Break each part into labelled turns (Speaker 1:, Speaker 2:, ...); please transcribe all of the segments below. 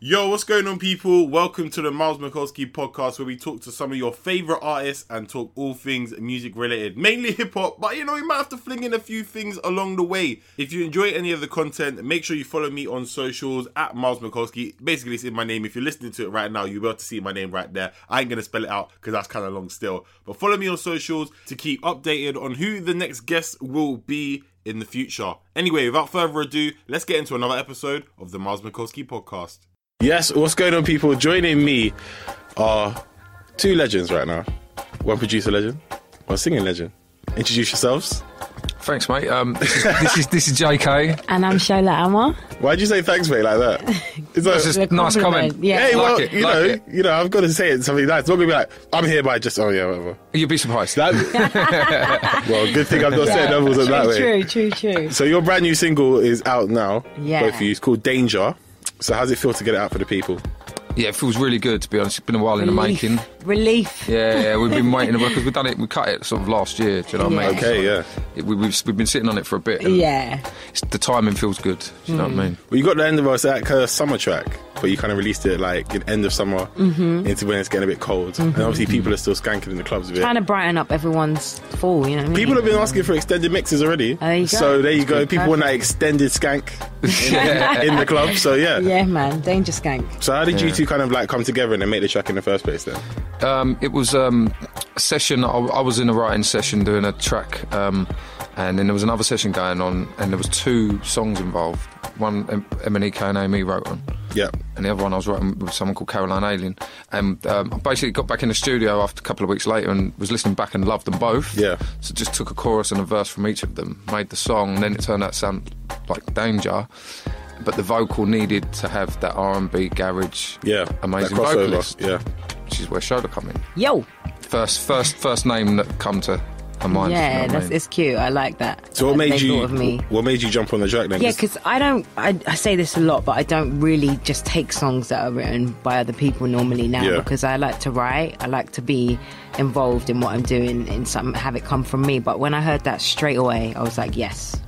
Speaker 1: Yo, what's going on, people? Welcome to the Miles Mikulski podcast, where we talk to some of your favorite artists and talk all things music related, mainly hip hop. But you know, we might have to fling in a few things along the way. If you enjoy any of the content, make sure you follow me on socials at Miles Mikulski. Basically, it's in my name. If you're listening to it right now, you'll be able to see my name right there. I ain't gonna spell it out because that's kind of long still. But follow me on socials to keep updated on who the next guest will be in the future. Anyway, without further ado, let's get into another episode of the Miles Mikulski podcast.
Speaker 2: Yes, what's going on, people? Joining me are two legends right now. One producer legend, one singing legend. Introduce yourselves.
Speaker 3: Thanks, mate. Um, this, is, this is this is JK.
Speaker 4: And I'm Shola Amma.
Speaker 2: Why'd you say thanks, mate, like that? Is that
Speaker 3: That's just nice comment.
Speaker 4: Yeah.
Speaker 2: hey,
Speaker 3: like
Speaker 2: well,
Speaker 3: it,
Speaker 2: you
Speaker 3: like
Speaker 2: know,
Speaker 3: it.
Speaker 2: you know, I've got to say it something nice. It's not gonna be like I'm here by just oh yeah, whatever.
Speaker 3: You'd be surprised.
Speaker 2: That- well, good thing I've not said levels
Speaker 4: True,
Speaker 2: that way.
Speaker 4: true, true, true.
Speaker 2: So your brand new single is out now.
Speaker 4: Yeah.
Speaker 2: Both of you. It's called Danger. So how's it feel to get it out for the people?
Speaker 3: yeah, it feels really good to be honest. It's been a while in the making.
Speaker 4: Relief.
Speaker 3: Yeah, yeah, we've been waiting because we've done it. We cut it sort of last year. Do you know what I mean?
Speaker 2: Okay, yeah.
Speaker 3: It, we, we've we've been sitting on it for a bit. and
Speaker 4: Yeah. Hmm.
Speaker 3: it's- the timing feels good. Do you know what I mean?
Speaker 2: Well, you got the end of us at kind of summer track, but you kind of released it like in end of summer
Speaker 4: Mm-hmm.
Speaker 2: into when it's getting a bit cold, and obviously people are still skanking in the clubs with it.
Speaker 4: Trying to brighten up everyone's fall, you know. what I mean?
Speaker 2: People have been asking for extended mixes already,
Speaker 4: There you go.
Speaker 2: so there you go.
Speaker 4: That's good.
Speaker 2: People want that extended skank
Speaker 3: Yeah.
Speaker 2: in the club. So yeah.
Speaker 4: Yeah, man. Danger skank.
Speaker 2: So how did you two kind of like come together and then make the track in the first place? Then
Speaker 3: Um, it was um, a session. I, I was in a writing session doing a track, um, and then there was another session going on, and there was two songs involved. One M- Emanike and Amy wrote on,
Speaker 2: yeah,
Speaker 3: and the other one I was writing with someone called Caroline Alien. And um, I basically got back in the studio after a couple of weeks later and was listening back and loved them both.
Speaker 2: Yeah.
Speaker 3: So just took a chorus and a verse from each of them, made the song, and then it turned out to sound like Danger. But the vocal needed to have that R&B garage,
Speaker 2: yeah,
Speaker 3: amazing
Speaker 2: that crossover,
Speaker 3: vocalist,
Speaker 2: yeah.
Speaker 3: which is where Shoda come in
Speaker 4: Yo.
Speaker 3: first first first name that come to her mind. you know
Speaker 4: yeah,
Speaker 3: what I
Speaker 4: that's
Speaker 3: mean?
Speaker 4: it's cute. I like that.
Speaker 2: So what
Speaker 4: That
Speaker 2: made
Speaker 4: they
Speaker 2: you?
Speaker 4: thought of me.
Speaker 2: What made you jump on the track then?
Speaker 4: Yeah, because I don't. I, I say this a lot, but I don't really just take songs that are written by other people normally now
Speaker 2: Yeah.
Speaker 4: because I like to write. I like to be involved in what I'm doing and some have it come from me. But when I heard that straight away, I was like, yes,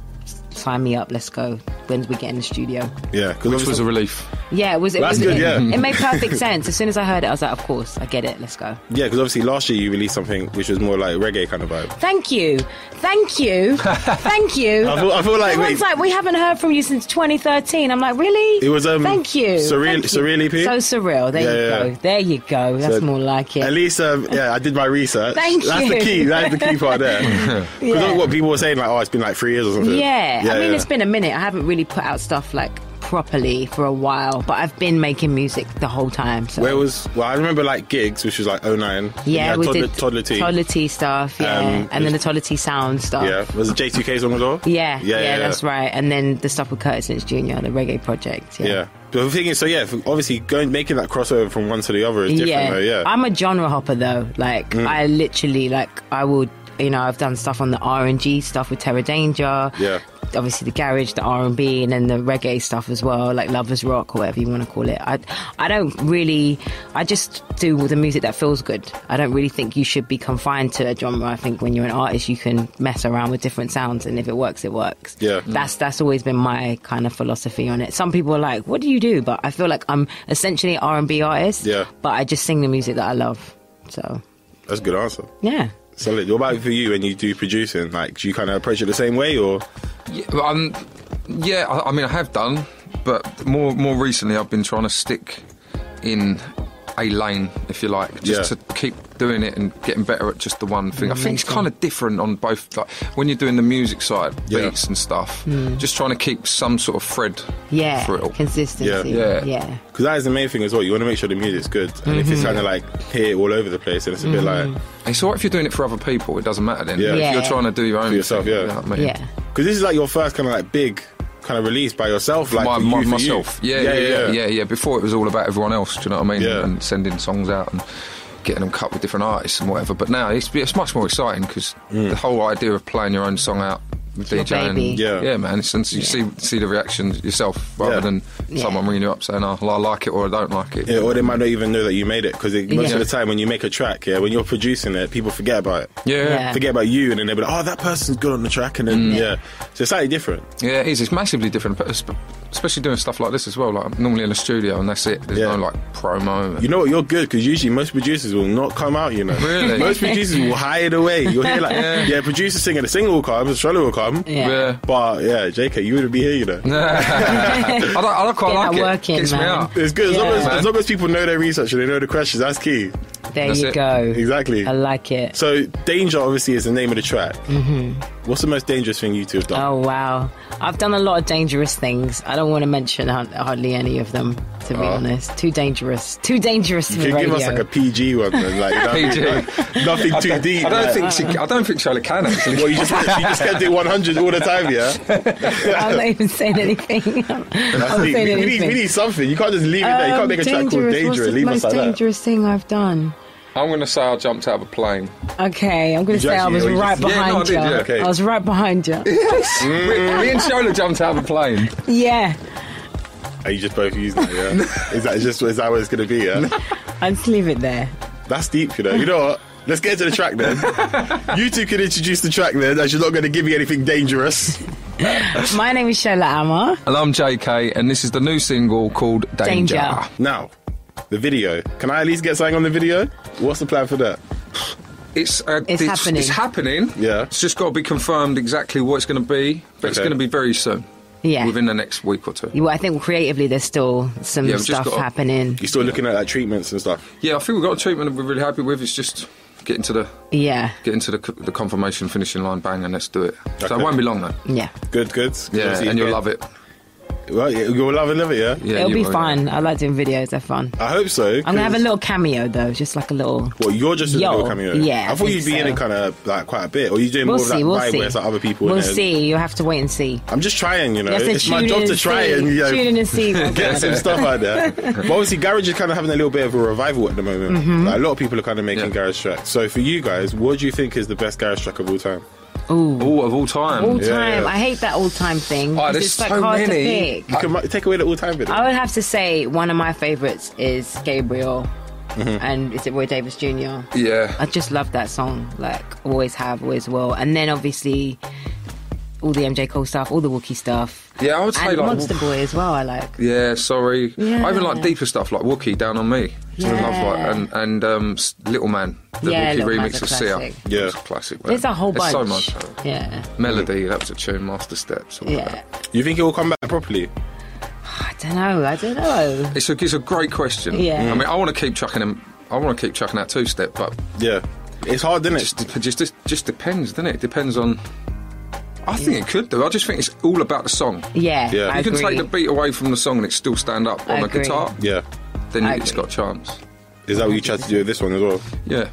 Speaker 4: sign me up. Let's go. When do we get in the studio?
Speaker 2: yeah, because
Speaker 3: which was a relief.
Speaker 4: Yeah, it was. It
Speaker 2: That's
Speaker 4: was
Speaker 2: good,
Speaker 4: it,
Speaker 2: yeah.
Speaker 4: it made perfect sense. As soon as I heard it, I was like, of course, I get it. Let's go.
Speaker 2: Yeah, because obviously last year you released something which was more like reggae kind of vibe.
Speaker 4: Thank you, thank you, thank you.
Speaker 2: I feel, I feel like wait,
Speaker 4: Everyone's like, we haven't heard from you since 2013. I'm like, really?
Speaker 2: It was, um,
Speaker 4: Thank you.
Speaker 2: surreal-
Speaker 4: Thank you.
Speaker 2: surreal EP?
Speaker 4: So surreal. There you
Speaker 2: Yeah, yeah.
Speaker 4: go. There you go. That's
Speaker 2: So,
Speaker 4: more like it.
Speaker 2: at least um, yeah, I did my research.
Speaker 4: Thank
Speaker 2: That's the
Speaker 4: you.
Speaker 2: key. That's the key part there. Because
Speaker 4: Yeah.
Speaker 2: what people were saying like, oh, it's been like three years or something.
Speaker 4: yeah. I mean, it's been a minute. I haven't really put out stuff like properly for a while, but I've been making music the whole time. So.
Speaker 2: Where was well? I remember like gigs, which was like 09.
Speaker 4: yeah,
Speaker 2: You had
Speaker 4: we
Speaker 2: toddler,
Speaker 4: did
Speaker 2: toddler T.
Speaker 4: Toddler T stuff, yeah,
Speaker 2: Um,
Speaker 4: and then the
Speaker 2: it's-
Speaker 4: Toddler T sound stuff.
Speaker 2: Yeah, was it J2K's on as well?
Speaker 4: Yeah, yeah, that's right. And then the stuff with Curtis Lynch Jr., the reggae project. Yeah.
Speaker 2: Yeah, but the thing is, so yeah, f- obviously going making that crossover from one to the other is different. Though, yeah, Mm.
Speaker 4: I'm a genre hopper though. Like I literally like I would you know, I've done stuff on the R and G stuff with Terra Danger.
Speaker 2: Yeah.
Speaker 4: Obviously the garage, the R and B and then the reggae stuff as well, like Lovers Rock or whatever you want to call it. I I don't really I just do the music that feels good. I don't really think you should be confined to a genre. I think when you're an artist you can mess around with different sounds and if it works it works.
Speaker 2: Yeah.
Speaker 4: That's that's always been my kind of philosophy on it. Some people are like, What do you do? But I feel like I'm essentially an R and B artist
Speaker 2: Yeah.
Speaker 4: but I just sing the music that I love. So
Speaker 2: that's a good answer.
Speaker 4: yeah,
Speaker 2: So like, what about for you when you do producing? Like, do you kind of approach it the same way, or
Speaker 3: Yeah, well, um, yeah I, I mean, I have done but more more recently, I've been trying to stick in a lane, if you like, just
Speaker 2: Yeah.
Speaker 3: to keep doing it and getting better at just the one thing. I think it's
Speaker 4: Amazing.
Speaker 3: kind of different on both, like when you're doing the music side,
Speaker 2: Yeah.
Speaker 3: beats and stuff. Just trying to keep some sort of thread
Speaker 4: Hmm. Yeah,
Speaker 3: through it all.
Speaker 4: consistency.
Speaker 3: Yeah. Yeah.
Speaker 4: Yeah.
Speaker 2: Because that is the main thing as well. You want to make sure the music's good. And if
Speaker 4: Mm-hmm.
Speaker 2: it's kind of like here all over the place, then it's a bit like.
Speaker 3: It's alright if you're doing it for other people. It doesn't matter then.
Speaker 2: Yeah.
Speaker 3: If you're
Speaker 4: Yeah.
Speaker 3: trying to do your own
Speaker 2: For yourself,
Speaker 3: thing,
Speaker 2: yeah.
Speaker 3: you know what I mean?
Speaker 4: yeah.
Speaker 2: Because this is like your first kind of like big kind of release by yourself. Like
Speaker 3: my,
Speaker 2: for
Speaker 3: my-
Speaker 2: you, for
Speaker 3: myself.
Speaker 2: You.
Speaker 3: Yeah, yeah, yeah, yeah, yeah, Before it was all about everyone else. Do you know what I mean?
Speaker 2: Yeah.
Speaker 3: And sending songs out and getting them cut with different artists and whatever. But now it's, it's much more exciting because
Speaker 2: Mm.
Speaker 3: the whole idea of playing your own song out with
Speaker 4: your
Speaker 3: DJ and
Speaker 4: baby.
Speaker 2: Yeah.
Speaker 3: yeah, man. It's, and you see see the reaction yourself rather
Speaker 2: Yeah.
Speaker 3: than
Speaker 4: Yeah.
Speaker 3: someone ringing you up saying, "Oh, well, I like it" or "I don't like it."
Speaker 2: Yeah, or they might not even know that you made it because most
Speaker 4: Yeah.
Speaker 2: of the time when you make a track, yeah, when you're producing it, people forget about it.
Speaker 3: yeah.
Speaker 4: Yeah.
Speaker 2: Forget about you, and then they'll be like, "Oh, that person's good on the track," and
Speaker 3: Mm.
Speaker 2: then yeah, so it's slightly different.
Speaker 3: Yeah, it is. It's massively different, but esp- especially doing stuff like this as well. Like I'm normally in a studio and that's it. There's
Speaker 2: Yeah.
Speaker 3: no like promo. and-
Speaker 2: You know what? You're good because usually most producers will not come out. You know,
Speaker 3: Really?
Speaker 2: most producers will hide away. You'll hear like, yeah, producer singing, the single will come, the trailer will come.
Speaker 4: Yeah.
Speaker 3: yeah.
Speaker 2: But yeah, JK, you wouldn't be here, you know.
Speaker 3: I, don't, I don't quite
Speaker 4: Get that
Speaker 3: like it.
Speaker 4: work in,
Speaker 3: Gets me
Speaker 4: man.
Speaker 3: out.
Speaker 2: It's good as, long
Speaker 4: Yeah.
Speaker 2: as,
Speaker 3: Man.
Speaker 2: as long as people know their research and they know the questions. That's key.
Speaker 4: There
Speaker 3: That's
Speaker 4: you
Speaker 3: it.
Speaker 4: go.
Speaker 2: Exactly.
Speaker 4: I like it.
Speaker 2: So, danger obviously is the name of the track. Mm-hmm. What's the most dangerous thing you two have done?
Speaker 4: Oh wow! I've done a lot of dangerous things. I don't want to mention har- hardly any of them, to be honest. Too dangerous. Too dangerous
Speaker 2: Oh. you
Speaker 4: for
Speaker 2: can
Speaker 4: radio.
Speaker 2: give us like a PG one, man. Like, nothing,
Speaker 3: PG.
Speaker 2: like, nothing too deep.
Speaker 3: I don't
Speaker 2: like-
Speaker 3: think she, I don't think Charlie can actually.
Speaker 2: Well, you just you just kept it 100 all the time, yeah.
Speaker 4: I'm not even saying anything. I'm
Speaker 2: That's
Speaker 4: not
Speaker 2: it.
Speaker 4: saying
Speaker 2: We, we need,
Speaker 4: anything.
Speaker 2: we need something. You can't just leave it there. You can't
Speaker 4: Um,
Speaker 2: make a track called
Speaker 4: What's
Speaker 2: Danger
Speaker 4: the
Speaker 2: and leave
Speaker 4: most
Speaker 2: us like that.
Speaker 4: dangerous thing I've done.
Speaker 3: I'm going to say I jumped out of a plane.
Speaker 4: Okay, I'm going
Speaker 2: Did
Speaker 4: to
Speaker 2: you
Speaker 4: say I
Speaker 2: actually-
Speaker 4: was
Speaker 2: or you
Speaker 4: right
Speaker 2: just-
Speaker 3: Yeah, no, I
Speaker 4: behind
Speaker 3: did,
Speaker 4: you.
Speaker 3: yeah,
Speaker 2: okay.
Speaker 4: I was right behind you.
Speaker 3: Me and Shola jumped out of a plane.
Speaker 4: yeah,
Speaker 2: Are Oh, you just both using that? Yeah. is that just is that what it's gonna be? Yeah.
Speaker 4: I'd just leave it there.
Speaker 2: That's deep, you know. You know what? Let's get into the track then. you two can introduce the track then, as you're not going to give me anything dangerous.
Speaker 4: My name is Shola Amma.
Speaker 3: And I'm JK, and this is the new single called Danger.
Speaker 4: Danger.
Speaker 2: Now, the video. Can I at least get something on the video? What's the plan for that?
Speaker 3: It's, uh,
Speaker 4: It's happening.
Speaker 3: It's happening.
Speaker 2: Yeah.
Speaker 3: It's just got to be confirmed exactly what it's going to be, but it's
Speaker 2: Okay.
Speaker 3: going to be very soon.
Speaker 4: Yeah.
Speaker 3: Within the next week or two.
Speaker 4: Well, I think creatively there's still some
Speaker 3: Yeah, we've just
Speaker 4: stuff
Speaker 3: gotta-
Speaker 4: happening.
Speaker 2: You're still looking at like treatments and stuff.
Speaker 3: Yeah, I think we've got a treatment that we're really happy with. It's just getting to the
Speaker 4: Yeah,
Speaker 3: getting to the, c- the confirmation finishing line, bang, and let's do it. So
Speaker 2: Okay.
Speaker 3: it won't be long though.
Speaker 4: yeah.
Speaker 2: Good, good.
Speaker 3: Yeah, and you'll love it.
Speaker 2: Well, yeah, you'll love it, love it, yeah.
Speaker 3: Yeah,
Speaker 4: It'll
Speaker 3: you
Speaker 4: be
Speaker 3: will, yeah.
Speaker 4: fun. I like doing videos. They're fun.
Speaker 2: I hope so.
Speaker 4: I'm gonna have a little cameo though, just like a little.
Speaker 2: Well, you're just a little
Speaker 4: Yo,
Speaker 2: cameo.
Speaker 4: yeah,
Speaker 2: I thought
Speaker 4: I
Speaker 2: you'd be in
Speaker 4: think so.
Speaker 2: it kind of like quite a bit, or you're doing
Speaker 4: We'll
Speaker 2: more
Speaker 4: see.
Speaker 2: of that
Speaker 4: We'll
Speaker 2: vibe
Speaker 4: see.
Speaker 2: where it's like other people. in
Speaker 4: We'll
Speaker 2: it.
Speaker 4: see. You'll have to wait and see.
Speaker 2: I'm just trying, you know.
Speaker 4: You have to
Speaker 2: it's my
Speaker 4: tune
Speaker 2: job
Speaker 4: in
Speaker 2: to try
Speaker 4: see.
Speaker 2: and you know,
Speaker 4: tune in and see. what's
Speaker 2: get some
Speaker 4: going
Speaker 2: stuff out there. But obviously, garage is kind of having a little bit of a revival at the moment.
Speaker 4: Mm-hmm.
Speaker 2: Like, a lot of people are kind of making
Speaker 3: Yeah.
Speaker 2: garage tracks. So for you guys, what do you think is the best garage track of all time?
Speaker 3: All of all time.
Speaker 4: on. All
Speaker 2: Yeah,
Speaker 4: time.
Speaker 2: yeah.
Speaker 4: I hate that all time thing.
Speaker 3: Oh,
Speaker 4: 'cause
Speaker 3: there's
Speaker 4: it's like
Speaker 3: so
Speaker 4: hard
Speaker 3: many.
Speaker 4: to
Speaker 2: You
Speaker 4: pick.
Speaker 2: can mi- take away the all-time bit.
Speaker 4: I would have to say one of my favorites is Gabriel,
Speaker 3: Mm-hmm.
Speaker 4: and is it Roy Davis Jr.
Speaker 3: Yeah.
Speaker 4: I just love that song. Like always have, always will. And then obviously all the MJ Cole stuff, all the Wookiee stuff.
Speaker 3: Yeah, I would say
Speaker 4: and
Speaker 3: like
Speaker 4: Monster Boy as well. I like.
Speaker 3: Yeah, sorry. I even like
Speaker 4: Yeah.
Speaker 3: deeper stuff like Wookie Down on Me. Yeah. I
Speaker 4: Yeah.
Speaker 3: love like and and um, S- Little Man. The
Speaker 4: Yeah,
Speaker 3: Wookiee
Speaker 4: Little
Speaker 3: remix
Speaker 4: Man's a
Speaker 3: of Sia.
Speaker 4: classic.
Speaker 2: Yeah.
Speaker 3: It's a classic. man.
Speaker 4: There's a whole bunch.
Speaker 3: There's so much.
Speaker 4: Yeah,
Speaker 3: Melody. That was a tune. Master Steps. all
Speaker 4: yeah.
Speaker 3: that.
Speaker 2: You think it will come back properly?
Speaker 4: I don't know. I don't know.
Speaker 3: It's a it's a great question.
Speaker 4: Yeah.
Speaker 3: I mean, I want to keep chucking them. I want to keep chucking out two step, but
Speaker 2: Yeah. It's hard, isn't it?
Speaker 3: it just dep- just just, just depends, doesn't it? It depends on. I think it could do. I just think it's all about the song.
Speaker 4: Yeah,
Speaker 2: Yeah.
Speaker 4: I
Speaker 3: you can
Speaker 4: agree.
Speaker 3: take the beat away from the song and it still stand up
Speaker 4: I
Speaker 3: on the
Speaker 4: agree.
Speaker 3: guitar.
Speaker 2: yeah.
Speaker 3: Then
Speaker 4: I
Speaker 3: it's
Speaker 4: agree.
Speaker 3: got a chance.
Speaker 2: Is that what you tried to do with this one as well?
Speaker 3: Yeah.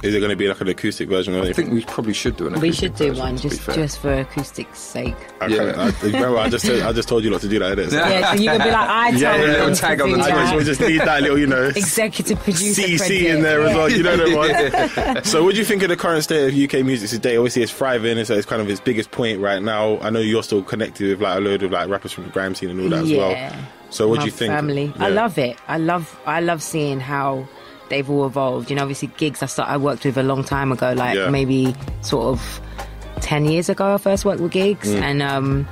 Speaker 2: Is it going to be like an acoustic version or
Speaker 3: I
Speaker 2: anything?
Speaker 3: think we probably should do an
Speaker 4: we
Speaker 3: acoustic
Speaker 4: should do
Speaker 3: version,
Speaker 4: one
Speaker 3: to be
Speaker 4: just
Speaker 3: fair.
Speaker 4: just for acoustics' sake.
Speaker 2: I kinda-
Speaker 3: Yeah.
Speaker 2: I, remember, I just, told, I just told you not to do that, innit? So-
Speaker 4: yeah, so you could be like, I told
Speaker 2: Yeah, yeah,
Speaker 4: them
Speaker 2: little
Speaker 4: to
Speaker 3: tag on
Speaker 4: do
Speaker 2: I
Speaker 3: the
Speaker 2: might as
Speaker 4: that.
Speaker 2: well just need that little, you know,
Speaker 4: Executive producer
Speaker 2: CC
Speaker 4: credit.
Speaker 2: in there as
Speaker 4: Yeah.
Speaker 2: well. You know that one. so, what do you think of the current state of UK music today? Obviously, it's thriving. It's, it's kind of its biggest point right now. I know you're still connected with like a load of like rappers from the grime scene and all that as
Speaker 4: Yeah.
Speaker 2: well. So, what
Speaker 4: My
Speaker 2: do you think?
Speaker 4: Family, I
Speaker 2: Yeah.
Speaker 4: love it. I love I love seeing how they've all evolved. You know, obviously gigs I start, I worked with a long time ago, like
Speaker 2: Yeah.
Speaker 4: maybe sort of ten years ago. I first worked with gigs,
Speaker 2: Mm.
Speaker 4: and um,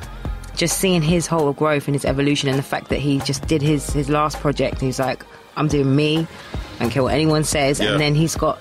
Speaker 4: just seeing his whole growth and his evolution, and the fact that he just did his his last project. He's like, I'm doing me. I don't care what anyone says,
Speaker 2: Yeah.
Speaker 4: and then he's got.